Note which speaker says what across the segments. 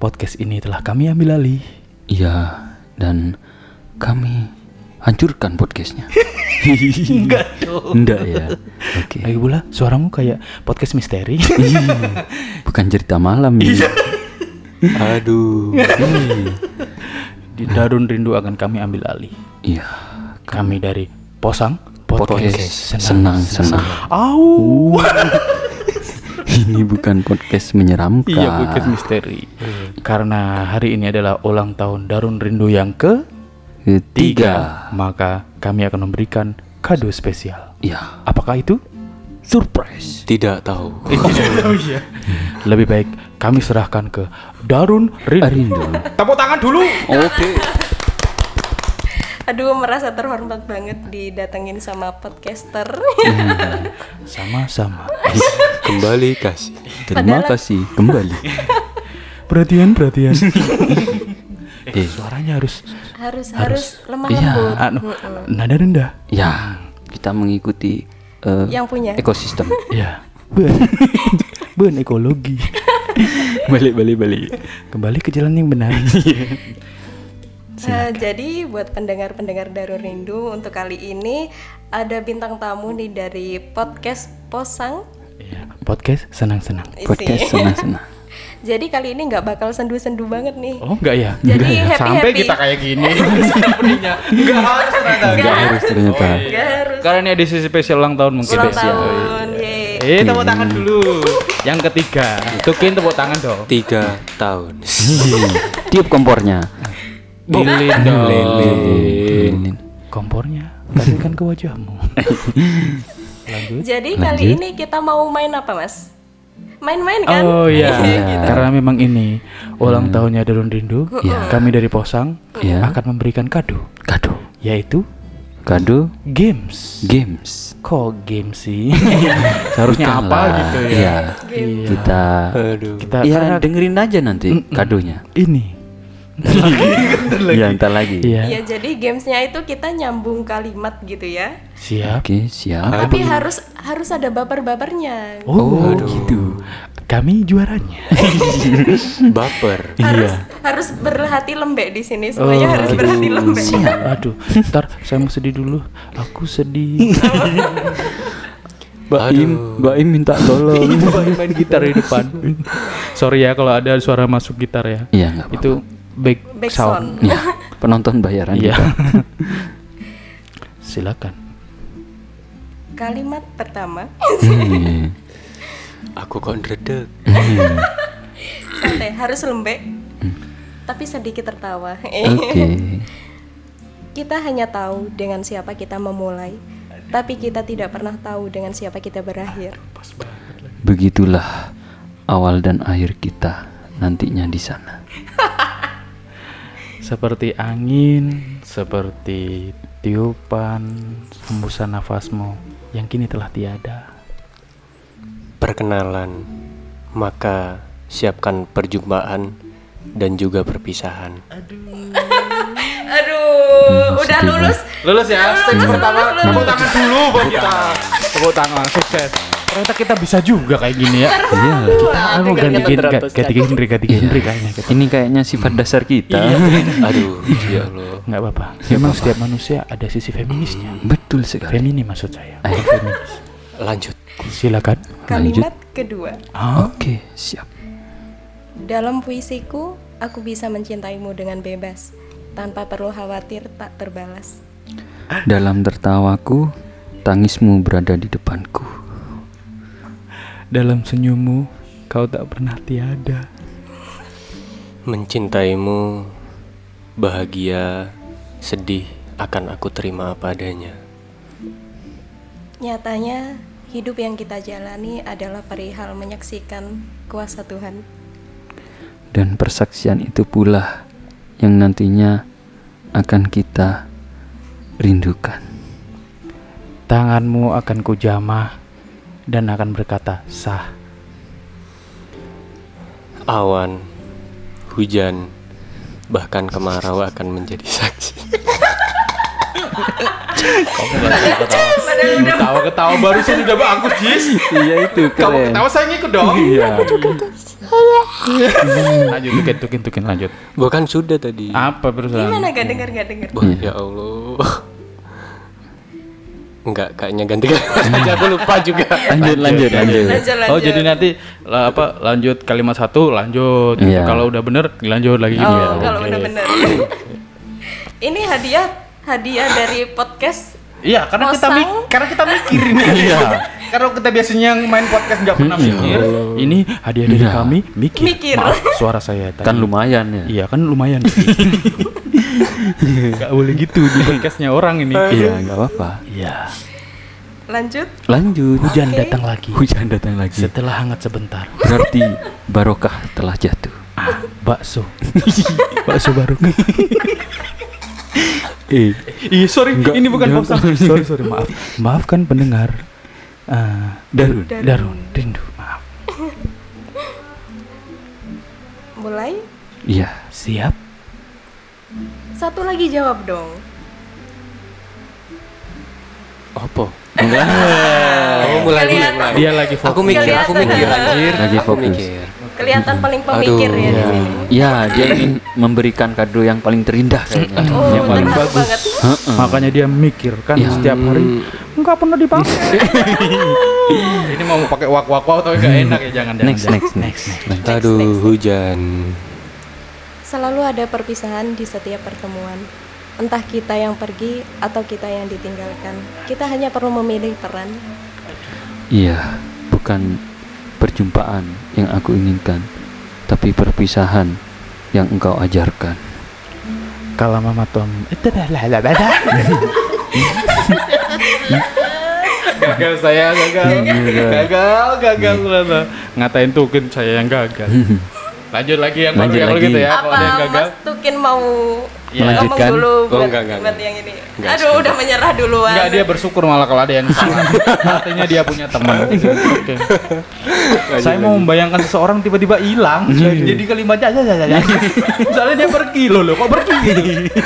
Speaker 1: podcast ini telah kami ambil alih.
Speaker 2: Iya, dan kami hancurkan podcastnya.
Speaker 1: Enggak dong.
Speaker 2: Enggak ya. Oke.
Speaker 1: Iya. Lagi pula suaramu kayak podcast misteri.
Speaker 2: Ih, Bukan cerita malam ya. Aduh. Iya. Ih.
Speaker 1: Di Darun Rindu akan kami ambil alih.
Speaker 2: Iya.
Speaker 1: Kami dari Posang
Speaker 2: Podcast senang senang.
Speaker 1: Au.
Speaker 2: Ini bukan podcast menyeramkan.
Speaker 1: Iya podcast misteri. Karena hari ini adalah ulang tahun Darun Rindu yang ke
Speaker 2: Tiga.
Speaker 1: maka kami akan memberikan kado spesial.
Speaker 2: Iya.
Speaker 1: Apakah itu? Iya.
Speaker 2: Surprise.
Speaker 3: Tidak tahu.
Speaker 1: Oh, Lebih baik kami serahkan ke Darun Rindu.
Speaker 2: Rindu.
Speaker 1: Tepuk tangan dulu.
Speaker 2: Oke.
Speaker 4: Aduh merasa terhormat banget didatengin sama podcaster.
Speaker 1: Iya. Sama-sama.
Speaker 3: Kembali kasih.
Speaker 2: Terima
Speaker 4: Padahal-
Speaker 2: kasih kembali.
Speaker 1: Perhatian, perhatian.
Speaker 2: Eh,
Speaker 1: Suaranya harus
Speaker 4: harus harus lemah
Speaker 2: Iya,
Speaker 4: lembut.
Speaker 1: anu,
Speaker 4: Mm-mm.
Speaker 1: nada rendah.
Speaker 2: ya, kita mengikuti eh,
Speaker 4: Yang punya.
Speaker 2: ekosistem.
Speaker 1: Ya. Ben. ben ekologi.
Speaker 2: balik balik balik.
Speaker 1: Kembali ke jalan yang benar.
Speaker 4: Eh, jadi buat pendengar-pendengar Darur Rindu untuk kali ini ada bintang tamu nih dari podcast Posang.
Speaker 1: Iya. Podcast senang-senang.
Speaker 4: Isi.
Speaker 2: Podcast senang senang.
Speaker 4: Jadi kali ini nggak bakal sendu-sendu banget nih.
Speaker 1: Oh, enggak ya?
Speaker 4: Jadi happy
Speaker 3: Sampai
Speaker 4: happy.
Speaker 3: kita kayak gini. Enggak harus ternyata.
Speaker 2: Enggak harus ternyata.
Speaker 4: Nggak harus
Speaker 1: Karena ini edisi spesial ulang tahun mungkin.
Speaker 4: ulang
Speaker 1: Spesial.
Speaker 4: tahun. yeay.
Speaker 1: Iya, Eh, tepuk tangan dulu. Yang ketiga. Tukin tepuk tangan dong.
Speaker 3: Tiga tahun.
Speaker 2: Tiup kompornya.
Speaker 1: Dilin dong.
Speaker 2: Lilin.
Speaker 1: Kompornya. Tapi kan ke wajahmu. Lanjut.
Speaker 4: Jadi
Speaker 2: Lanjut.
Speaker 4: kali ini kita mau main apa, Mas? Main-main kan?
Speaker 1: Oh iya,
Speaker 2: Iya.
Speaker 1: karena memang ini ulang tahunnya Darun Rindu,
Speaker 4: uh.
Speaker 2: Iya.
Speaker 1: kami dari Posang
Speaker 2: Hmm. Iya.
Speaker 1: akan memberikan kado,
Speaker 2: Kado.
Speaker 1: yaitu
Speaker 2: Kado
Speaker 1: games.
Speaker 2: games.
Speaker 1: Kok game sih? Seharusnya
Speaker 2: Bukan
Speaker 1: apa
Speaker 2: lah.
Speaker 1: gitu ya?
Speaker 2: Iya.
Speaker 1: Iya.
Speaker 2: Kita
Speaker 3: Aduh.
Speaker 1: Kita
Speaker 2: ya
Speaker 1: karena
Speaker 2: dengerin aja nanti kadonya.
Speaker 1: ini.
Speaker 2: Iya, entar lagi.
Speaker 1: Iya.
Speaker 4: Iya, jadi gamesnya itu kita nyambung kalimat gitu ya.
Speaker 1: Siap.
Speaker 2: Oke, siap.
Speaker 4: Tapi harus harus ada
Speaker 1: Nah,
Speaker 4: baper-bapernya.
Speaker 1: Oh, gitu. Kami juaranya.
Speaker 3: Baper.
Speaker 4: Harus
Speaker 1: iya.
Speaker 4: harus berhati lembek di sini. Semuanya harus berhati lembek.
Speaker 1: Oh, Aduh, ntar saya mau sedih dulu. Aku sedih.
Speaker 2: Mbak Im, Mbak Im minta tolong.
Speaker 1: main gitar di depan. Sorry ya kalau ada suara masuk gitar ya.
Speaker 2: Iya, enggak apa-apa.
Speaker 1: Itu back,
Speaker 4: Back
Speaker 1: sound.
Speaker 4: sound.
Speaker 2: Ya, penonton bayaran
Speaker 1: Iya.
Speaker 2: juga.
Speaker 1: Silakan.
Speaker 4: Kalimat pertama,
Speaker 2: Hmm.
Speaker 3: Aku kok ndredeg.
Speaker 4: santai, harus lembek. Tapi sedikit tertawa. Eh,
Speaker 2: Oke.
Speaker 4: Kita hanya tahu dengan siapa kita memulai, tapi kita tidak pernah tahu dengan siapa kita berakhir.
Speaker 2: Begitulah awal dan akhir kita nantinya di sana.
Speaker 1: Seperti angin, seperti tiupan hembusan nafasmu yang kini telah tiada.
Speaker 3: Perkenalan. Maka siapkan perjumpaan dan juga perpisahan.
Speaker 4: Aduh,
Speaker 1: Hmm,
Speaker 4: udah
Speaker 2: sedih
Speaker 4: lulus.
Speaker 1: Lulus ya, stage pertama. Nah,
Speaker 4: lulus,
Speaker 1: Hmm. Tepuk tangan dulu buat kita. Tepuk tangan, sukses. Ternyata kita bisa juga kayak gini ya. Iya. Kita mau ganti gen- ga- ganti genre, ganti genre kayaknya. gitu. kita.
Speaker 2: Ini kayaknya sifat dasar kita.
Speaker 3: Aduh, ya Allah.
Speaker 1: Nggak apa-apa. Memang setiap manusia ada sisi feminisnya. Eh.
Speaker 2: Betul sekali.
Speaker 1: Femini maksud saya. bukan Feminis.
Speaker 3: Lanjut.
Speaker 1: Silakan.
Speaker 4: Kalimat kedua.
Speaker 2: Oke, siap.
Speaker 4: Dalam puisiku, aku bisa mencintaimu dengan bebas, tanpa perlu khawatir tak terbalas.
Speaker 2: Dalam tertawaku, tangismu berada di depanku.
Speaker 1: Dalam senyummu kau tak pernah tiada.
Speaker 3: Mencintaimu, bahagia, sedih akan aku terima apa adanya.
Speaker 4: Nyatanya, hidup yang kita jalani adalah perihal menyaksikan kuasa Tuhan.
Speaker 2: Dan persaksian itu pula yang nantinya akan kita rindukan.
Speaker 1: Tanganmu akan kujamah dan akan berkata sah.
Speaker 3: Awan, hujan, bahkan kemarau akan menjadi saksi.
Speaker 1: Ketawa-ketawa barusan udah bagus, Jis.
Speaker 2: Iya itu keren.
Speaker 1: saya ngikut dong.
Speaker 2: Iya.
Speaker 1: Lanjut, tukin, tukin, tukin, lanjut.
Speaker 3: Bukan sudah tadi.
Speaker 1: Apa perusahaan?
Speaker 4: Gimana gak denger gak denger?
Speaker 3: Wah, ya Allah. Enggak, kayaknya ganti aja aku lupa juga.
Speaker 2: Lanjut, lanjut, lanjut.
Speaker 4: Lanjut lanjut.
Speaker 1: Oh jadi nanti lah, apa lanjut kalimat satu lanjut gitu.
Speaker 2: Iya.
Speaker 1: kalau udah bener lanjut lagi gitu
Speaker 4: Oh,
Speaker 1: ya.
Speaker 4: kalau bener-bener. Ini hadiah hadiah dari podcast
Speaker 1: Iya karena kita
Speaker 4: Kosong.
Speaker 1: mik- karena kita mikir ini. Iya. karena kita biasanya yang main podcast nggak pernah mikir. Ini hadiah dari
Speaker 2: Iya.
Speaker 1: kami mikir.
Speaker 4: Mikir.
Speaker 1: Maaf suara saya tadi.
Speaker 2: Kan lumayan ya.
Speaker 1: Iya kan lumayan. Gak boleh gitu di podcastnya orang ini.
Speaker 2: Iya, nggak apa-apa.
Speaker 1: Iya.
Speaker 4: lanjut.
Speaker 2: Lanjut.
Speaker 1: Hujan
Speaker 4: Oke.
Speaker 1: datang lagi.
Speaker 2: Hujan datang lagi.
Speaker 1: Setelah hangat sebentar.
Speaker 2: Berarti barokah telah jatuh.
Speaker 1: Ah, bakso. bakso baru.
Speaker 2: Eh,
Speaker 1: Iya, sorry.
Speaker 2: Enggak,
Speaker 1: ini bukan
Speaker 2: jangan.
Speaker 1: bosan. Sorry, sorry. Maaf. Maafkan pendengar. Ah,
Speaker 2: Darun.
Speaker 1: Darun, rindu. Maaf.
Speaker 4: Mulai.
Speaker 2: Iya.
Speaker 1: Siap?
Speaker 4: Satu lagi jawab dong.
Speaker 3: Opo.
Speaker 4: Oh,
Speaker 3: mulai, mulai, mulai.
Speaker 1: Dia lagi fokus.
Speaker 3: Aku mikir, aku mikir
Speaker 4: Kelihatan.
Speaker 3: anjir.
Speaker 2: Lagi
Speaker 3: aku
Speaker 2: fokus.
Speaker 3: mikir.
Speaker 4: Kelihatan paling pemikir ya di
Speaker 3: iya.
Speaker 4: sini.
Speaker 2: Ya, dia ingin memberikan kado yang paling terindah kayaknya.
Speaker 4: Oh,
Speaker 1: Yang paling
Speaker 4: terharu
Speaker 1: bagus.
Speaker 4: banget.
Speaker 2: Heeh.
Speaker 1: Makanya dia mikir kan
Speaker 2: Iya.
Speaker 1: setiap hari nggak pernah dipakai. ini mau pakai wak wak wak tapi nggak enak ya jangan
Speaker 2: Next, next, next, next.
Speaker 3: Aduh, hujan.
Speaker 4: Selalu ada perpisahan di setiap pertemuan. Entah kita yang pergi atau kita yang ditinggalkan. Kita hanya perlu memilih peran.
Speaker 2: Iya, bukan perjumpaan yang aku inginkan, tapi perpisahan yang engkau ajarkan.
Speaker 1: Kalau mama Tom, gagal saya gagal Iya. gagal gagal gagal ngatain tuh kan saya yang gagal
Speaker 2: Mm-hmm.
Speaker 1: lanjut lagi yang baru
Speaker 2: Lanjut
Speaker 1: yang
Speaker 2: lagi.
Speaker 1: gitu ya kalau ada yang
Speaker 4: Apa
Speaker 1: gagal
Speaker 4: Mas Tukin mau
Speaker 1: Ya.
Speaker 4: ngomong
Speaker 2: Melanjutkan.
Speaker 4: dulu
Speaker 3: Oh,
Speaker 4: buat,
Speaker 3: enggak, enggak,
Speaker 4: buat
Speaker 3: enggak.
Speaker 4: yang ini?
Speaker 3: Enggak,
Speaker 4: Aduh, udah menyerah duluan.
Speaker 1: Enggak dia bersyukur malah kalau ada yang salah. Artinya dia punya teman. Oke. Saya mau membayangkan seseorang tiba-tiba hilang. Jadi "Ya, kalimatnya aja aja aja. Misalnya dia pergi loh loh, kok pergi?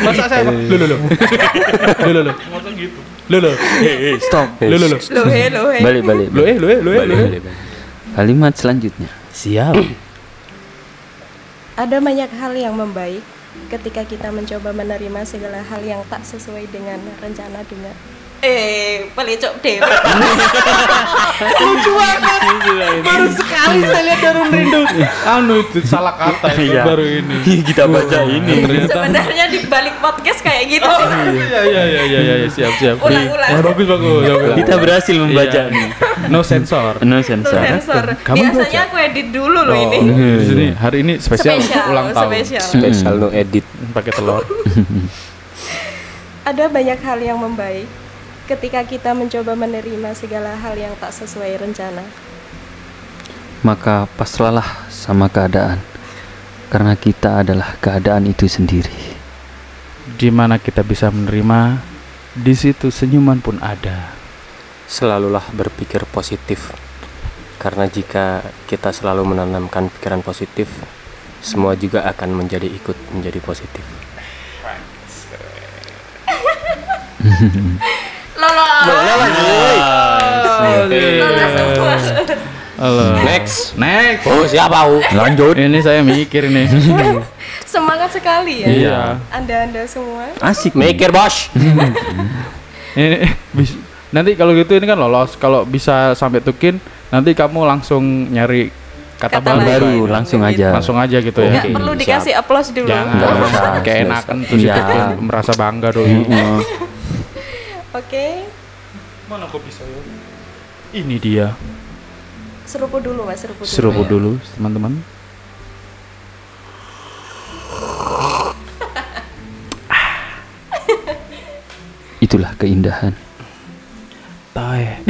Speaker 1: Masa saya loh loh loh. Loh loh loh. Masa Eh. gitu. Loh loh.
Speaker 2: Eh, Stop.
Speaker 1: Loh loh loh.
Speaker 4: Lohe, lohe.
Speaker 2: Balik, balik.
Speaker 1: Loh
Speaker 2: balik.
Speaker 1: eh loh eh loh eh.
Speaker 3: Balik,
Speaker 1: loh, eh.
Speaker 3: balik, balik.
Speaker 2: Kalimat selanjutnya.
Speaker 1: Siap.
Speaker 4: Ada banyak hal yang membaik ketika kita mencoba menerima segala hal yang tak sesuai dengan rencana dunia. Eh, pelecok deh. Lucu banget. Baru sekali saya lihat
Speaker 1: Darun rindu. Anu itu salah kata itu baru ini.
Speaker 2: Iya. Kita baca ini.
Speaker 1: Ternyata.
Speaker 4: sebenarnya di balik podcast kayak gitu
Speaker 1: Oh,
Speaker 4: sih.
Speaker 1: iya iya iya iya iya siap siap.
Speaker 4: Ulang, ulang.
Speaker 1: Oh, bagus bagus. bagus.
Speaker 2: Kita berhasil membaca
Speaker 1: Iya.
Speaker 2: nih.
Speaker 1: No sensor.
Speaker 2: No
Speaker 4: Tuh,
Speaker 2: sensor.
Speaker 4: sensor.
Speaker 1: Kamu
Speaker 4: Biasanya aku edit dulu loh ini.
Speaker 1: Oh, di
Speaker 2: Iya.
Speaker 1: sini hari ini spesial, ulang tahun
Speaker 4: spesial.
Speaker 3: Special no edit.
Speaker 1: pakai telur.
Speaker 4: Ada banyak hal yang membaik ketika kita mencoba menerima segala hal yang tak sesuai rencana.
Speaker 2: Maka pasrahlah sama keadaan. Karena kita adalah keadaan itu sendiri.
Speaker 1: Di mana kita bisa menerima, di situ senyuman pun ada.
Speaker 3: Selalulah berpikir positif. Karena jika kita selalu menanamkan pikiran positif, semua juga akan menjadi ikut menjadi positif.
Speaker 4: Lola. Iya.
Speaker 1: Halo.
Speaker 3: Next.
Speaker 1: Next.
Speaker 3: Oh, siapa? oh?
Speaker 1: Lanjut. Ini saya mikir nih.
Speaker 2: Iya.
Speaker 4: Semangat sekali ya.
Speaker 1: iya.
Speaker 4: Anda-anda semua.
Speaker 2: Asik. nih.
Speaker 3: Mikir, Bos.
Speaker 1: Ini bis- nanti kalau gitu ini kan lolos. Kalau bisa sampai tukin, nanti kamu langsung nyari kata,
Speaker 4: Kata
Speaker 1: baru. Iya.
Speaker 2: Baru
Speaker 4: Baik.
Speaker 2: langsung aja.
Speaker 1: Langsung aja gitu ya.
Speaker 4: Nggak
Speaker 3: Oke,
Speaker 4: perlu
Speaker 3: siap.
Speaker 4: dikasih applause dulu.
Speaker 1: Jangan
Speaker 2: Nggak usah.
Speaker 1: kayak enakan tuh si
Speaker 2: Iya.
Speaker 1: Tukin merasa bangga doi.
Speaker 2: Heeh.
Speaker 4: Oke.
Speaker 1: Mana kok bisa ya? Ini dia. Iya.
Speaker 4: Seruput dulu, Mas, seruput dulu.
Speaker 1: Seruput dulu teman-teman.
Speaker 2: Itulah keindahan.
Speaker 1: Tae.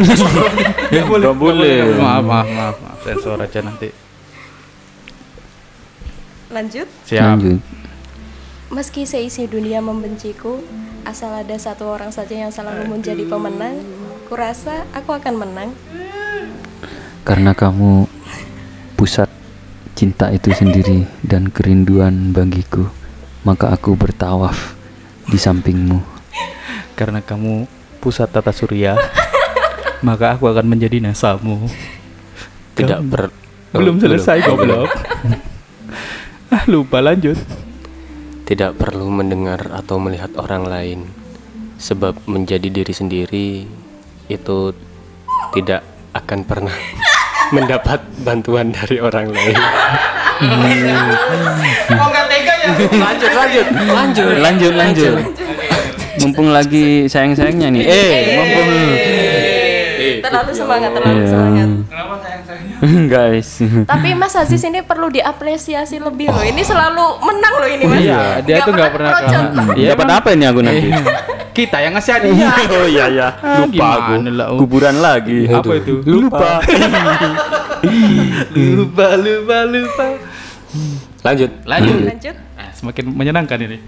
Speaker 1: Enggak boleh. Maaf, maaf, maaf, maaf. Sensor aja nanti.
Speaker 4: Lanjut.
Speaker 1: Siap.
Speaker 2: Lanjut.
Speaker 4: Meski seisi dunia membenciku, asal ada satu orang saja yang selalu menjadi pemenang, kurasa aku akan menang.
Speaker 2: Karena kamu pusat cinta itu sendiri dan kerinduan bagiku, maka aku bertawaf di sampingmu.
Speaker 1: Karena kamu pusat tata surya, maka aku akan menjadi nasamu.
Speaker 3: Tidak
Speaker 1: Kamu-
Speaker 3: per
Speaker 1: Belum
Speaker 3: Oh,
Speaker 1: selesai goblok. Ah, lupa lanjut.
Speaker 3: Tidak perlu mendengar atau melihat orang lain, sebab menjadi diri sendiri itu tidak akan pernah mendapat bantuan dari orang lain.
Speaker 1: Hmm. Kok nggak tega ya?
Speaker 3: Lanjut, lanjut, lanjut.
Speaker 2: lanjut lanjut mumpung lagi sayang sayangnya nih eh mumpung
Speaker 4: Eh, Terlalu
Speaker 1: Eh,
Speaker 4: semangat,
Speaker 1: ya
Speaker 4: terlalu
Speaker 2: Iya.
Speaker 4: semangat.
Speaker 1: Kenapa sayang-sayangnya?
Speaker 2: guys
Speaker 1: Hmm.
Speaker 4: Tapi Mas Aziz ini perlu diapresiasi lebih loh. Ini selalu menang loh ini Mas.
Speaker 1: Iya, dia tuh nggak pernah
Speaker 4: kerocut.
Speaker 1: kalah.
Speaker 2: ya, dapat
Speaker 1: emang
Speaker 2: apa ini aku nanti
Speaker 1: Kita yang ngasih hadiah.
Speaker 2: oh iya
Speaker 1: Eh.
Speaker 2: ya
Speaker 1: Ah,
Speaker 2: lupa aku
Speaker 1: gimana lah, oh.
Speaker 2: kuburan lagi
Speaker 1: Apa itu?
Speaker 2: lupa
Speaker 1: Lupa, lupa, lupa.
Speaker 3: Lanjut.
Speaker 1: Lanjut.
Speaker 4: Lanjut.
Speaker 1: Nah, semakin menyenangkan ini.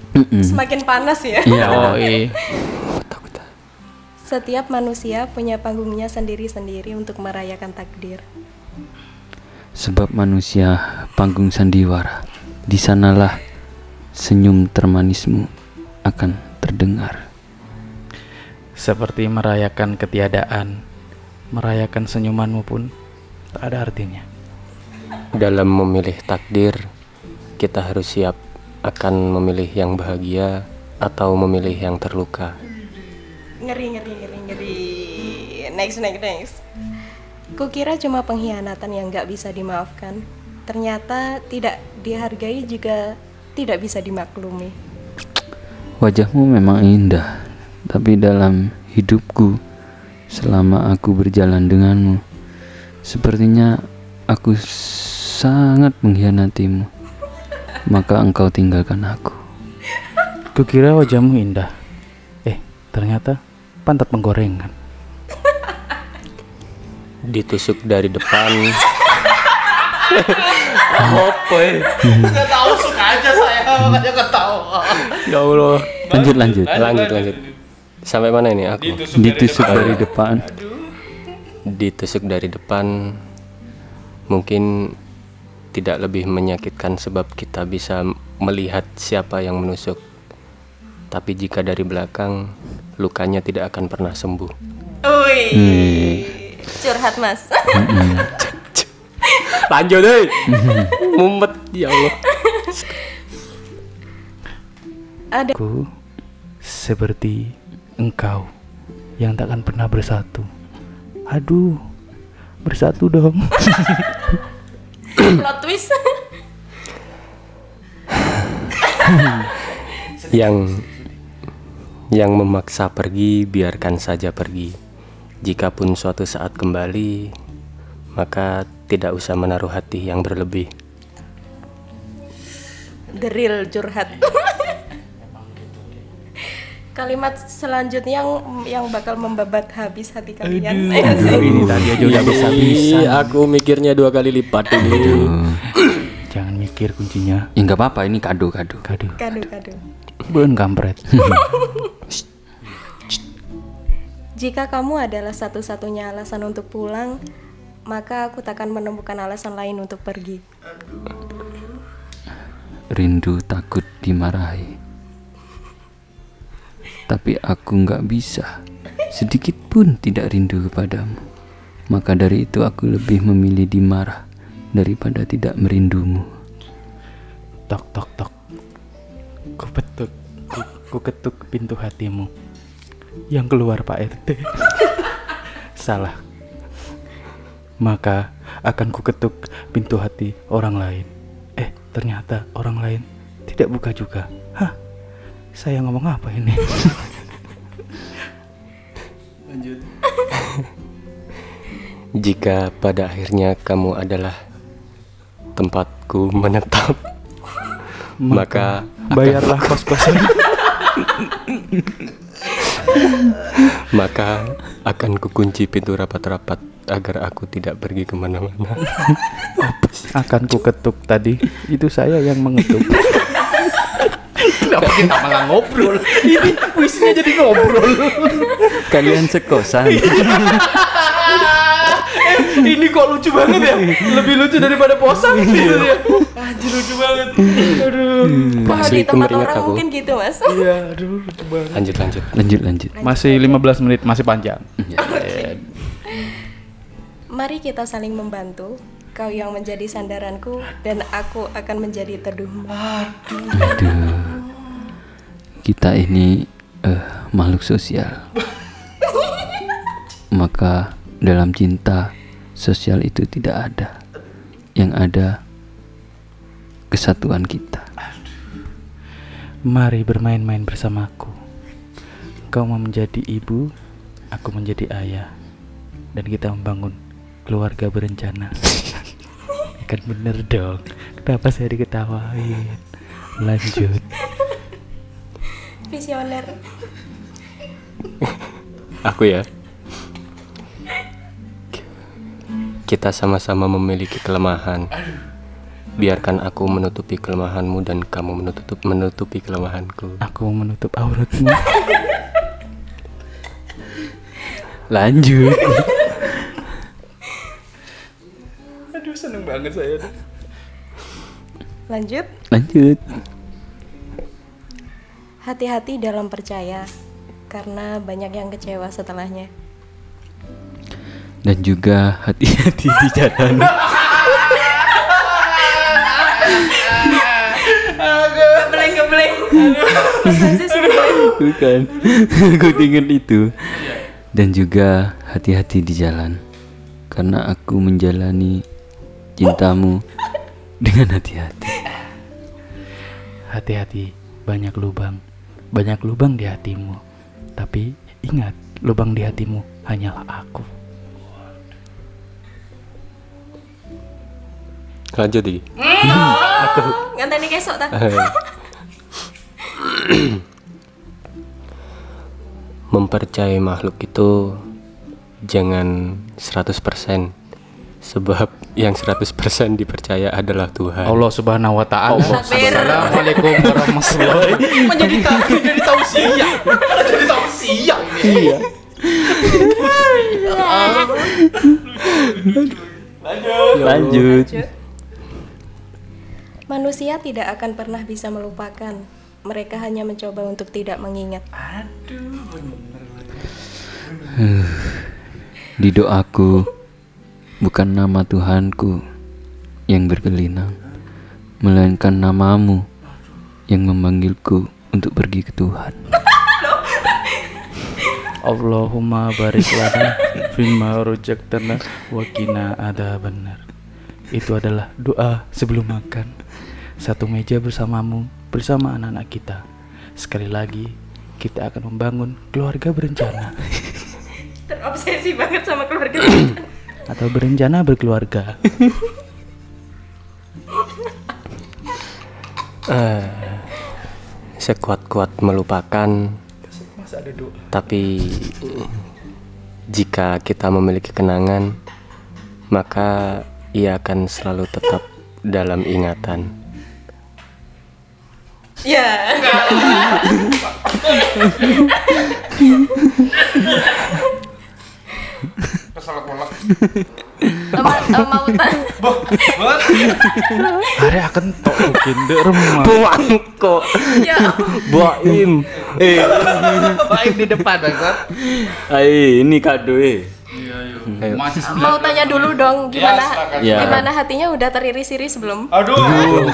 Speaker 4: Semakin panas ya.
Speaker 2: iya
Speaker 1: iya.
Speaker 4: Setiap manusia punya panggungnya sendiri-sendiri untuk merayakan takdir.
Speaker 2: sebab manusia panggung sandiwara di sanalah senyum termanismu akan terdengar
Speaker 1: Seperti merayakan ketiadaan, merayakan senyumanmu pun tak ada artinya.
Speaker 3: Dalam memilih takdir, kita harus siap akan memilih yang bahagia atau memilih yang terluka.
Speaker 4: Ngeri, ngeri, ngeri, ngeri. Next, next, next. Kukira cuma pengkhianatan yang nggak bisa dimaafkan. Ternyata tidak dihargai juga tidak bisa dimaklumi.
Speaker 2: wajahmu memang indah tapi dalam hidupku selama aku berjalan denganmu sepertinya aku sangat mengkhianatimu maka engkau tinggalkan aku
Speaker 1: Kukira wajahmu indah. Eh, ternyata pantat penggorengan.
Speaker 3: Ditusuk dari depan,
Speaker 2: lanjut lanjut
Speaker 3: lanjut lanjut. Sampai mana ini aku?
Speaker 2: ditusuk dari depan
Speaker 3: Ditusuk dari depan mungkin tidak lebih menyakitkan sebab kita bisa melihat siapa yang menusuk. Tapi jika dari belakang, lukanya tidak akan pernah sembuh.
Speaker 4: Ui. Curhat, Mas.
Speaker 3: Lanjut deh. Mumet ya Allah.
Speaker 4: Ada
Speaker 1: Aku seperti engkau yang tak akan pernah bersatu. Aduh, bersatu dong.
Speaker 4: plot twist.
Speaker 3: Yang yang memaksa pergi biarkan saja pergi. Jikapun suatu saat kembali, maka tidak usah menaruh hati yang berlebih.
Speaker 4: The real curhat. Kalimat selanjutnya yang yang bakal membabat habis hati kalian.
Speaker 1: ini tadi aja
Speaker 3: Iya.
Speaker 1: udah bisa bisa.
Speaker 3: aku mikirnya dua kali lipat ini.
Speaker 1: Jangan mikir kuncinya.
Speaker 2: ya nggak apa-apa ini kado kado
Speaker 1: Kaduh,
Speaker 4: Kado, kado.
Speaker 1: beun kampret.
Speaker 4: Jika kamu adalah satu-satunya alasan untuk pulang, maka aku takkan menemukan alasan lain untuk pergi.
Speaker 2: rindu takut dimarahi tapi aku nggak bisa sedikit pun tidak rindu kepadamu maka dari itu aku lebih memilih dimarah daripada tidak merindumu
Speaker 1: tok tok tok. Ku petuk, ku, ku ketuk pintu hatimu. Yang keluar Pak RT. Salah. Maka akan ku ketuk pintu hati orang lain. Eh, ternyata orang lain tidak buka juga. Hah. Saya ngomong apa ini?
Speaker 3: Jika pada akhirnya kamu adalah tempatku menetap, maka
Speaker 1: Bayarlah kos-kosan.
Speaker 3: maka akan kukunci pintu rapat-rapat agar aku tidak pergi kemana-mana.
Speaker 1: akan ku ketuk tadi itu saya yang mengetuk kenapa kita malah ngobrol ini puisinya jadi ngobrol
Speaker 2: kalian sekosan
Speaker 1: ini kok lucu banget ya lebih lucu daripada posang gitu ya anjir lucu banget aduh
Speaker 4: Kalau di
Speaker 3: Hmm, Asli
Speaker 4: tempat
Speaker 3: kemeringat
Speaker 4: orang
Speaker 3: aku. Iya.
Speaker 4: mungkin gitu, Mas.
Speaker 1: ya aduh lucu banget
Speaker 3: Lanjut lanjut.
Speaker 2: lanjut lanjut
Speaker 1: masih 15 menit masih panjang
Speaker 4: Mari kita saling membantu Kau yang menjadi sandaranku dan aku akan menjadi teduhmu.
Speaker 2: Aduh. Kita ini eh, makhluk sosial. Maka dalam cinta sosial itu tidak ada. Yang ada kesatuan kita.
Speaker 1: Mari bermain-main bersamaku. Kau mau menjadi ibu, aku menjadi ayah. Dan kita membangun keluarga berencana. kan bener dong. Kenapa saya diketawain? Lanjut.
Speaker 4: Visioner.
Speaker 3: Aku ya. Kita sama-sama memiliki kelemahan. Biarkan aku menutupi kelemahanmu dan kamu menutup menutupi kelemahanku.
Speaker 1: Aku menutup auratmu.
Speaker 3: Lanjut.
Speaker 4: Lanjut.
Speaker 2: Lanjut.
Speaker 4: Hati-hati dalam percaya karena banyak yang kecewa setelahnya.
Speaker 2: Dan juga hati-hati di jalan.
Speaker 4: Kebleng kebleng.
Speaker 2: Bukan. Aku ingat itu. Dan juga hati-hati di jalan. Karena aku menjalani cintamu dengan hati-hati.
Speaker 1: Hati-hati, banyak lubang. Banyak lubang di hatimu. Tapi ingat, lubang di hatimu hanyalah aku.
Speaker 3: Lanjut lagi.
Speaker 4: Nganteni kesok ta.
Speaker 3: Mempercayai makhluk itu jangan 100% sebab yang 100% dipercaya adalah Tuhan.
Speaker 1: Allah Subhanahu wa taala.
Speaker 4: Takbir.
Speaker 1: Assalamualaikum warahmatullahi
Speaker 5: menjadi tahu jadi tahu siang Malah jadi tahu siang
Speaker 2: Iya. Lanjut.
Speaker 4: Manusia tidak akan pernah bisa melupakan. Mereka hanya mencoba untuk tidak mengingat.
Speaker 2: Di doaku bukan nama Tuhanku yang berkelinang, melainkan namamu yang memanggilku untuk pergi ke Tuhan.
Speaker 1: Allahumma barik lana fima rojaktana wa qina benar. Itu adalah doa sebelum makan. Satu meja bersamamu, bersama anak-anak kita. Sekali lagi, kita akan membangun keluarga berencana
Speaker 4: Terobsesi banget sama keluarga.
Speaker 1: atau berencana berkeluarga.
Speaker 3: Sekuat-kuat melupakan tapi jika kita memiliki kenangan maka ia akan selalu tetap dalam ingatan.
Speaker 4: ya. Emang em, mau tak?
Speaker 1: Are akan tok kinder
Speaker 3: Buangko,
Speaker 4: Ya.
Speaker 3: buaim. Eh,
Speaker 5: baik di depan bangsat
Speaker 3: ai, ini kado eh.
Speaker 5: masih sembilan
Speaker 4: Mau tanya dulu dong gimana
Speaker 5: silakan.
Speaker 3: Ya.
Speaker 4: gimana hatinya udah teriris-iris belum?
Speaker 5: aduh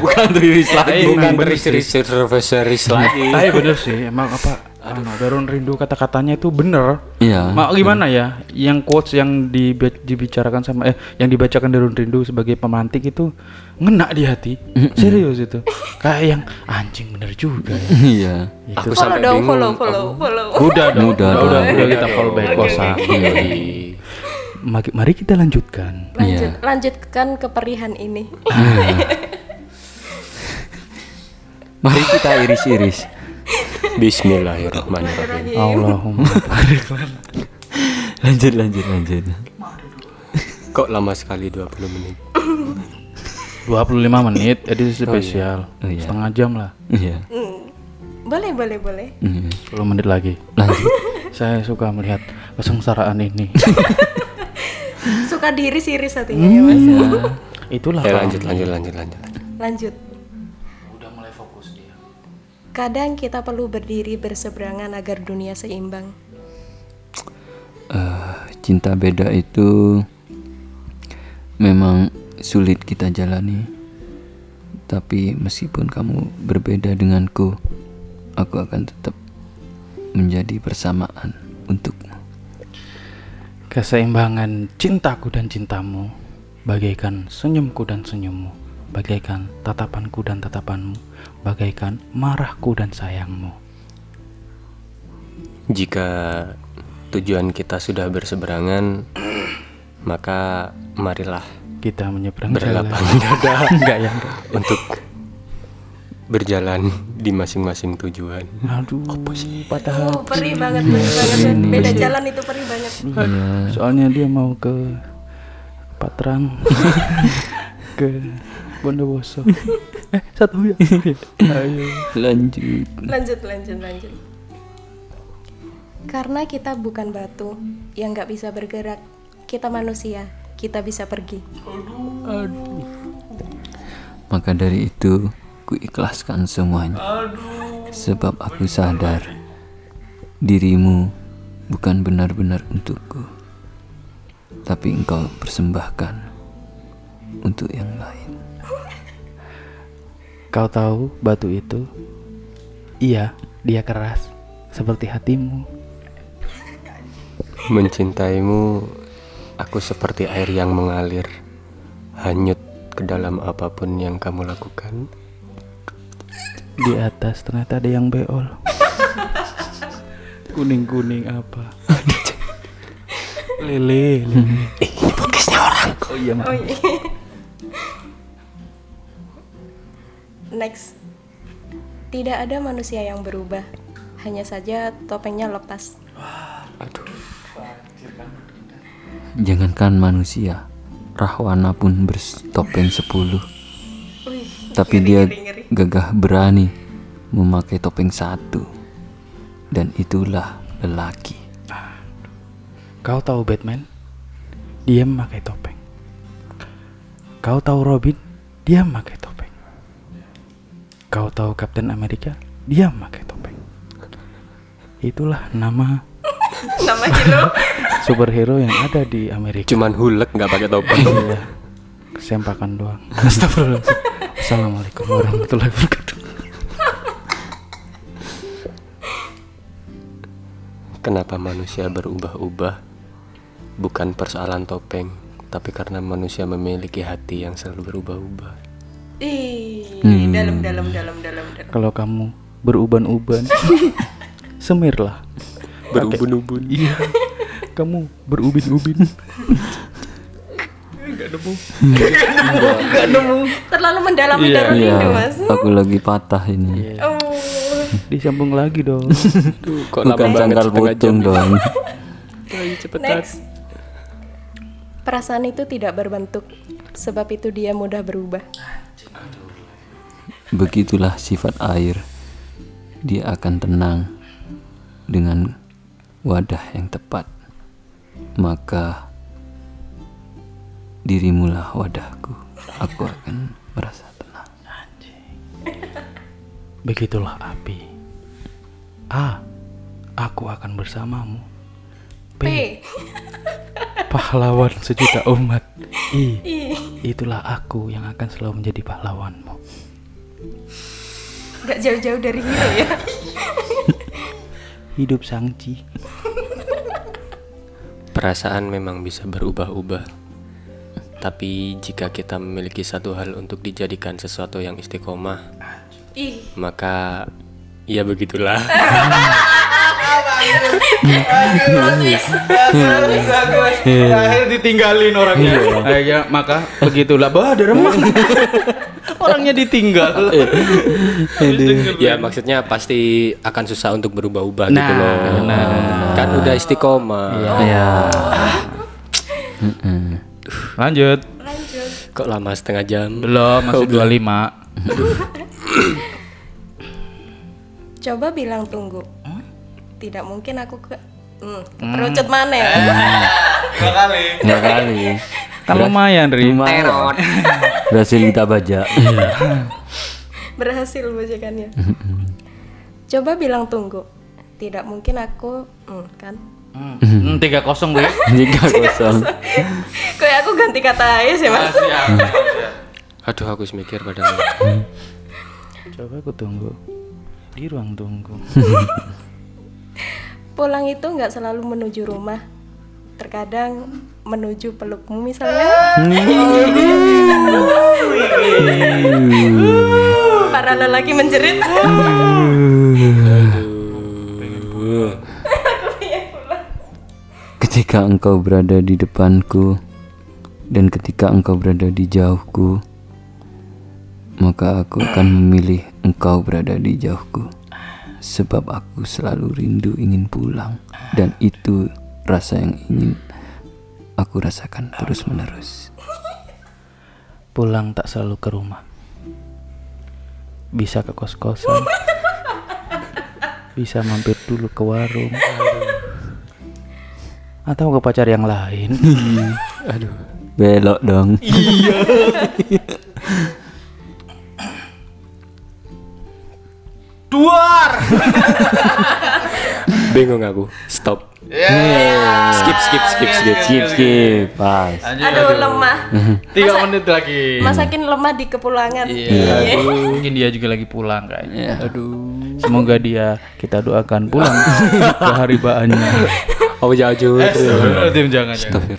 Speaker 3: Bukan riris lagi, bukan
Speaker 1: bener
Speaker 3: riris riris lagi.
Speaker 1: Tapi Iya, bener sih, emang apa? Anak Darun Rindu kata-katanya itu bener.
Speaker 2: Iya.
Speaker 1: Mak gimana ya? Yang quotes yang dibe- dibicarakan sama eh yang dibacakan Darun Rindu sebagai pemantik itu ngena di hati. Serius itu. Kayak yang anjing bener juga ya.
Speaker 2: Iya.
Speaker 3: Aku
Speaker 4: Follow
Speaker 3: sampai
Speaker 4: dong,
Speaker 3: bingung.
Speaker 4: follow, follow, follow.
Speaker 1: Udah dong.
Speaker 2: Udah
Speaker 1: udah,
Speaker 2: dong.
Speaker 1: udah kita follow back
Speaker 3: Oke,
Speaker 1: kosa.
Speaker 3: oke, oke.
Speaker 1: Mari- Mari kita lanjutkan.
Speaker 4: Lanjut,
Speaker 3: iya.
Speaker 4: lanjutkan keperihan ini.
Speaker 2: Mari kita iris-iris.
Speaker 3: Bismillahirrahmanirrahim.
Speaker 1: Allahumma barik lana.
Speaker 2: Lanjut, lanjut, lanjut.
Speaker 3: Kok lama sekali 20 menit?
Speaker 1: 25 menit edisi spesial.
Speaker 2: Oh, iya.
Speaker 1: Setengah jam lah.
Speaker 2: Iya.
Speaker 4: boleh, boleh, boleh.
Speaker 2: Iya.
Speaker 1: 10 menit lagi.
Speaker 2: Lanjut.
Speaker 1: Saya suka melihat kesengsaraan ini.
Speaker 4: Suka diiris-iris hatinya ya,
Speaker 3: Hmm.
Speaker 4: Mas.
Speaker 1: Itulah
Speaker 3: Ya
Speaker 1: Pak.
Speaker 3: lanjut lanjut lanjut lanjut.
Speaker 4: Lanjut. Udah mulai fokus dia. Kadang kita perlu berdiri berseberangan agar dunia seimbang.
Speaker 2: Eh, cinta beda itu memang sulit kita jalani. Tapi meskipun kamu berbeda denganku, aku akan tetap menjadi persamaan untukmu.
Speaker 1: Keseimbangan cintaku dan cintamu Bagaikan senyumku dan senyummu Bagaikan tatapanku dan tatapanmu Bagaikan marahku dan sayangmu
Speaker 3: Jika tujuan kita sudah berseberangan, maka marilah
Speaker 1: Kita menyeberang jalan
Speaker 3: Berlapang
Speaker 1: Enggak, enggak ya enggak.
Speaker 3: untuk berjalan di masing-masing tujuan.
Speaker 1: Aduh, patah
Speaker 4: Oh, perih banget, perih banget.
Speaker 3: Iya,
Speaker 4: Beda jalan itu perih banget.
Speaker 2: Iya,
Speaker 1: Soalnya dia mau ke Patrang, ke Bondowoso. eh, satu ya. Ayo.
Speaker 2: lanjut.
Speaker 4: Lanjut, lanjut, lanjut. Karena kita bukan batu yang nggak bisa bergerak, kita manusia, kita bisa pergi.
Speaker 2: Maka dari itu, kuikhlaskan semuanya. Sebab aku sadar dirimu bukan benar-benar untukku. Tapi engkau persembahkan untuk yang lain.
Speaker 1: Kau tahu batu itu? Iya, dia keras seperti hatimu.
Speaker 3: Mencintaimu, aku seperti air yang mengalir, hanyut ke dalam apapun yang kamu lakukan.
Speaker 1: Di atas ternyata ada yang beol. Kuning-kuning apa? lele, lele.
Speaker 4: Oh iya. Next. Tidak ada manusia yang berubah, hanya saja topengnya lepas.
Speaker 2: Jangankan manusia, Rahwana pun bertopeng 10.
Speaker 4: Wih,
Speaker 2: Tapi
Speaker 4: ngeri,
Speaker 2: dia
Speaker 4: ngeri, ngeri.
Speaker 2: gagah berani memakai topeng satu. Dan itulah lelaki.
Speaker 1: Kau tahu Batman? Dia memakai topeng. Kau tahu Robin? Dia memakai topeng. Kau tahu Kapten Amerika? Dia memakai topeng. Itulah nama
Speaker 4: Nama gitu. hero.
Speaker 1: superhero yang ada di Amerika.
Speaker 3: Cuman hulek nggak pakai topeng.
Speaker 1: Iya. Sempakan doang. Astagfirullah. Assalamualaikum warahmatullahi wabarakatuh.
Speaker 3: Kenapa manusia berubah-ubah? Bukan persoalan topeng, tapi karena manusia memiliki hati yang selalu berubah-ubah.
Speaker 4: Ih, dalam dalam dalam dalam dalam.
Speaker 1: Kalau kamu beruban-uban, semirlah.
Speaker 3: Berubun-ubun.
Speaker 1: Iya. Kamu berubin-ubin.
Speaker 4: Terlalu mendalami dalam
Speaker 2: iya.
Speaker 4: rindu, Mas.
Speaker 2: aku lagi patah ini.
Speaker 4: Oh.
Speaker 1: Disambung lagi dong.
Speaker 3: Tuh, kok
Speaker 2: Bukan Kan sangkal potong dong.
Speaker 4: Next. Perasaan itu tidak berbentuk, sebab itu dia mudah berubah.
Speaker 2: Begitulah sifat air. Dia akan tenang dengan wadah yang tepat. Maka dirimulah wadahku. Aku akan merasa tenang.
Speaker 1: Begitulah api. A. Aku akan bersamamu. P.
Speaker 4: P.
Speaker 1: Pahlawan sejuta umat. I.
Speaker 4: Ih,
Speaker 1: Itulah aku yang akan selalu menjadi pahlawanmu.
Speaker 4: nggak jauh-jauh dari hero ya.
Speaker 1: Hidup sangci.
Speaker 3: Perasaan memang bisa berubah-ubah. Tapi jika kita memiliki satu hal untuk dijadikan sesuatu yang istiqomah,
Speaker 4: Ih,
Speaker 3: maka ya begitulah.
Speaker 1: Iya.
Speaker 6: Terakhir ditinggalin orangnya. Eh, ya, maka begitulah. Bah, ada remang. orangnya ditinggal.
Speaker 1: Iya.
Speaker 3: ya maksudnya pasti akan susah untuk berubah-ubah gitu loh. Kan udah istiqomah.
Speaker 2: Ya.
Speaker 6: Lanjut.
Speaker 3: Kok lama setengah jam?
Speaker 6: Belum, masih 25.
Speaker 4: coba bilang tunggu. Tidak mungkin aku ke... Hmm, keperucut mana ya?
Speaker 2: Enggak kali.
Speaker 6: Kan lumayan, Ri.
Speaker 2: Lumayan. Berhasil kita bajak.
Speaker 4: Berhasil bajakannya. coba bilang tunggu. Tidak mungkin aku... Hmm, kan?
Speaker 6: Hmm, 3-0, Ri.
Speaker 2: Jika kosong.
Speaker 4: Kayak aku ganti kata aja sih mas.
Speaker 3: Aduh aku harus mikir padahal.
Speaker 1: Coba aku tunggu di ruang tunggu.
Speaker 4: Pulang itu nggak selalu menuju rumah. Terkadang menuju pelukmu misalnya. Para lelaki menjerit.
Speaker 2: Ketika engkau berada di depanku dan ketika engkau berada di jauhku, maka aku akan memilih engkau berada di jauhku. Sebab aku selalu rindu ingin pulang dan itu rasa yang ingin aku rasakan terus-menerus.
Speaker 1: Pulang tak selalu ke rumah. Bisa ke kos-kosan. Bisa mampir dulu ke warung. Atau ke pacar yang lain.
Speaker 2: Belok dong.
Speaker 3: Bingung aku. Stop. Skip skip skip skip.
Speaker 2: Skip skip. Pas.
Speaker 4: Aduh lemah.
Speaker 7: Tiga menit lagi.
Speaker 4: Masakin lemah di kepulangan.
Speaker 7: Iya. Mungkin dia juga lagi pulang kayaknya. Aduh.
Speaker 1: Semoga dia kita doakan pulang ke haribaannya.
Speaker 3: Oh jauh Eh,
Speaker 7: Tim jangan jangan.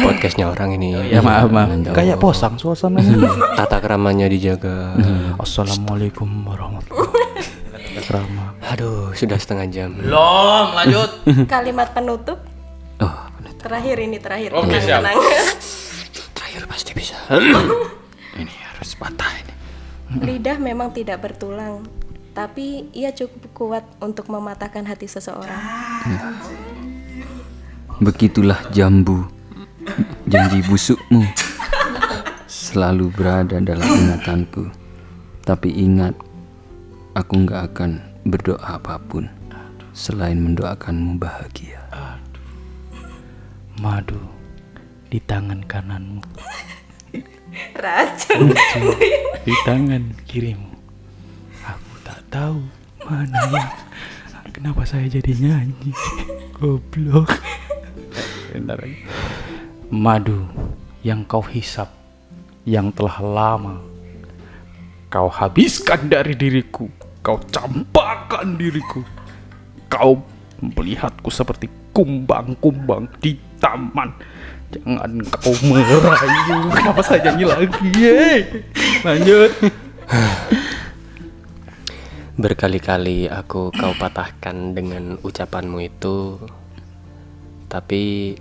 Speaker 3: Podcastnya orang ini.
Speaker 1: Ya maaf maaf. Kayak posang suasananya.
Speaker 3: Tata keramanya dijaga.
Speaker 1: Hmm. Assalamualaikum warahmatullahi wabarakatuh.
Speaker 3: Aduh sudah setengah jam.
Speaker 7: Belum, lanjut.
Speaker 4: Kalimat penutup
Speaker 2: Oh,
Speaker 4: terakhir ini terakhir.
Speaker 7: Oke,
Speaker 4: Tenang,
Speaker 7: siap.
Speaker 4: tenang.
Speaker 3: Terakhir pasti bisa.
Speaker 2: ini Iya, harus patah ini.
Speaker 4: Lidah memang tidak bertulang, tapi ia cukup kuat untuk mematahkan hati
Speaker 7: Ah.
Speaker 4: seseorang.
Speaker 2: Begitulah jambu Janji busukmu Selalu berada dalam ingatanku Tapi ingat Aku nggak akan berdoa apapun Selain mendoakanmu bahagia
Speaker 1: Madu di tangan kananmu,
Speaker 4: Racun.
Speaker 1: di tangan kirimu. Aku tak tahu mana yang kenapa saya jadi nyanyi. Goblok. Bentar lagi. Madu yang kau hisap yang telah lama kau habiskan dari diriku, kau campakkan diriku. Kau melihatku seperti kumbang-kumbang di taman. Jangan kau merayu. Kenapa saya nyanyi lagi? Yeay. Lanjut.
Speaker 3: Berkali-kali aku kau patahkan dengan ucapanmu itu Tapi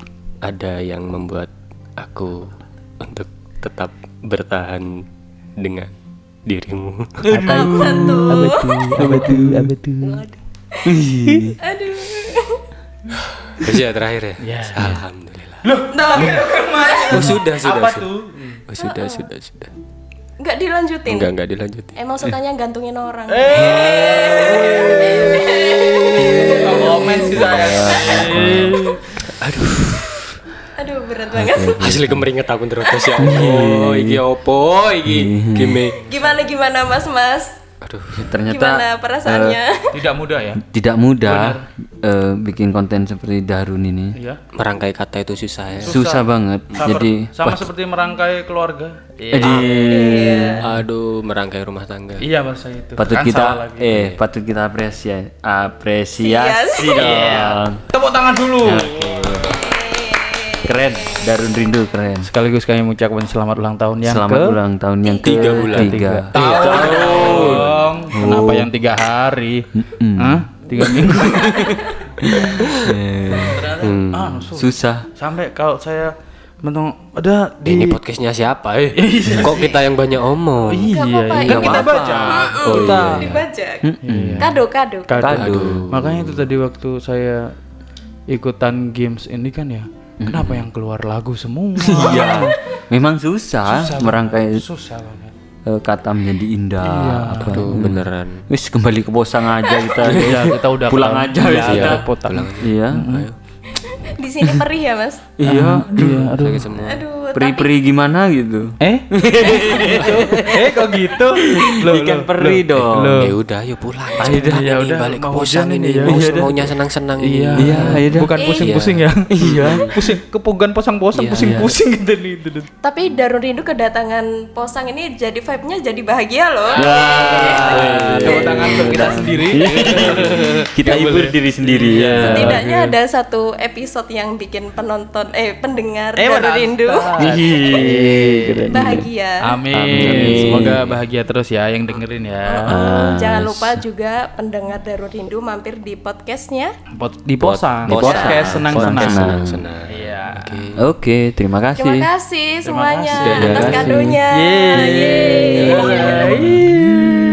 Speaker 3: ada yang membuat aku untuk tetap bertahan dengan dirimu
Speaker 1: Apa tuh? Apa tuh? Apa tuh?
Speaker 3: Terus ya terakhir ya? Alhamdulillah Oh sudah sudah
Speaker 7: Apa
Speaker 3: sudah.
Speaker 7: tuh?
Speaker 3: Oh, sudah sudah sudah
Speaker 4: Nggak dilanjutin.
Speaker 3: Enggak enggak dilanjutin
Speaker 4: Emang sukanya gantungin orang.
Speaker 7: Eh. Nggak Komen sih saya.
Speaker 4: Aduh berat banget.
Speaker 3: Hasil kemeringat aku terus ya Oh iki opo iki Gimik
Speaker 4: Gimana gimana mas mas?
Speaker 3: Aduh
Speaker 7: Eh,
Speaker 4: Gimana
Speaker 2: Ternyata
Speaker 4: perasaannya?
Speaker 7: Tidak mudah ya.
Speaker 2: tidak mudah eh, bikin konten seperti Darun ini
Speaker 7: Iya.
Speaker 3: Merangkai kata itu susah ya
Speaker 2: Susah banget
Speaker 7: Sama-
Speaker 2: Jadi Eh,
Speaker 7: sama seperti merangkai keluarga.
Speaker 3: Aduh merangkai rumah tangga
Speaker 7: Iya bahasa itu.
Speaker 2: patut
Speaker 7: Kan
Speaker 2: kita
Speaker 7: salah lagi.
Speaker 2: Eh patut kita apresiasi Apresiasi dong
Speaker 7: Tepuk tangan dulu.
Speaker 2: Keren Darun Rindu keren
Speaker 1: Sekaligus kami mengucapkan selamat ulang tahun yang
Speaker 2: Selamat
Speaker 1: ke
Speaker 2: ulang tahun yang ke
Speaker 3: Tiga bulan.
Speaker 2: tiga. Eh,
Speaker 7: Dong. Kenapa yang tiga hari? Hah? Tiga minggu. Ternyata, ah, nusul.
Speaker 2: Susah
Speaker 7: Sampai kalau saya menung ada di
Speaker 3: Ini podcastnya siapa eh? Kok kita yang banyak omong?
Speaker 4: Gak apa-apa. Ini kita baca.
Speaker 3: kita
Speaker 4: Dibaca. Kado kado.
Speaker 1: kado.
Speaker 2: Kado.
Speaker 1: Makanya itu tadi waktu saya ikutan games ini kan ya. Kenapa yang keluar lagu semua?
Speaker 2: Iya. Memang susah, merangkai
Speaker 7: susah banget.
Speaker 2: eh, kata menjadi indah. apa.
Speaker 3: Aduh, beneran.
Speaker 2: Wis kembali ke posang aja kita.
Speaker 1: Iya, kita udah
Speaker 2: pulang
Speaker 1: kelar.
Speaker 2: aja
Speaker 1: Iya,
Speaker 2: wis kita.
Speaker 1: udah potak.
Speaker 2: Iya.
Speaker 4: Di sini perih ya mas.
Speaker 2: Iya.
Speaker 1: Iya, aduh.
Speaker 3: Sakit semua.
Speaker 4: Aduh tapi
Speaker 2: Peri-peri gimana gitu.
Speaker 8: Eh? eh kok gitu? Loh,
Speaker 2: Ikan
Speaker 8: loh,
Speaker 2: peri
Speaker 8: loh.
Speaker 2: dong.
Speaker 8: Loh.
Speaker 3: Ya udah, ayo pulang.
Speaker 8: Ayo dah, ya
Speaker 3: Ini
Speaker 8: udah,
Speaker 3: balik ke
Speaker 8: mau hujan
Speaker 3: Posang ini.
Speaker 8: ini, ya.
Speaker 3: mau
Speaker 8: Iya dah.
Speaker 3: maunya senang-senang
Speaker 8: Iya,
Speaker 3: ini.
Speaker 2: Iya, iya dah.
Speaker 8: Bukan
Speaker 4: Iya.
Speaker 8: pusing-pusing ya. Iya.
Speaker 1: pusing kepogan posang-posang
Speaker 3: Iya.
Speaker 1: pusing-pusing gitu nih gitu, gitu.
Speaker 4: tapi Darun Rindu kedatangan Posang ini jadi vibe-nya jadi bahagia loh.
Speaker 1: Nah, tepuk tangan untuk kita sendiri
Speaker 2: Kita
Speaker 1: Iya,
Speaker 2: hibur diri sendiri ya.
Speaker 4: Iya. Setidaknya ada satu episode yang bikin penonton eh pendengar
Speaker 1: Eh,
Speaker 4: Darun
Speaker 1: penonton.
Speaker 4: Rindu
Speaker 2: Hihi, keren.
Speaker 4: bahagia.
Speaker 1: Iya. Amin.
Speaker 2: Amin.
Speaker 1: Semoga bahagia terus ya yang dengerin ya.
Speaker 4: Mm, Jangan lupa juga pendengar Darun Rindu mampir di podcastnya.
Speaker 1: Pot- Di posang.
Speaker 2: Di posang.
Speaker 1: Podcast
Speaker 2: Podcast
Speaker 1: senang-senang.
Speaker 3: Senang.
Speaker 1: Iya.
Speaker 2: Oke, terima kasih.
Speaker 4: Terima kasih semuanya
Speaker 2: kasih.
Speaker 4: atas kadonya.
Speaker 1: Yeay.
Speaker 4: Yeay.
Speaker 1: Yeay.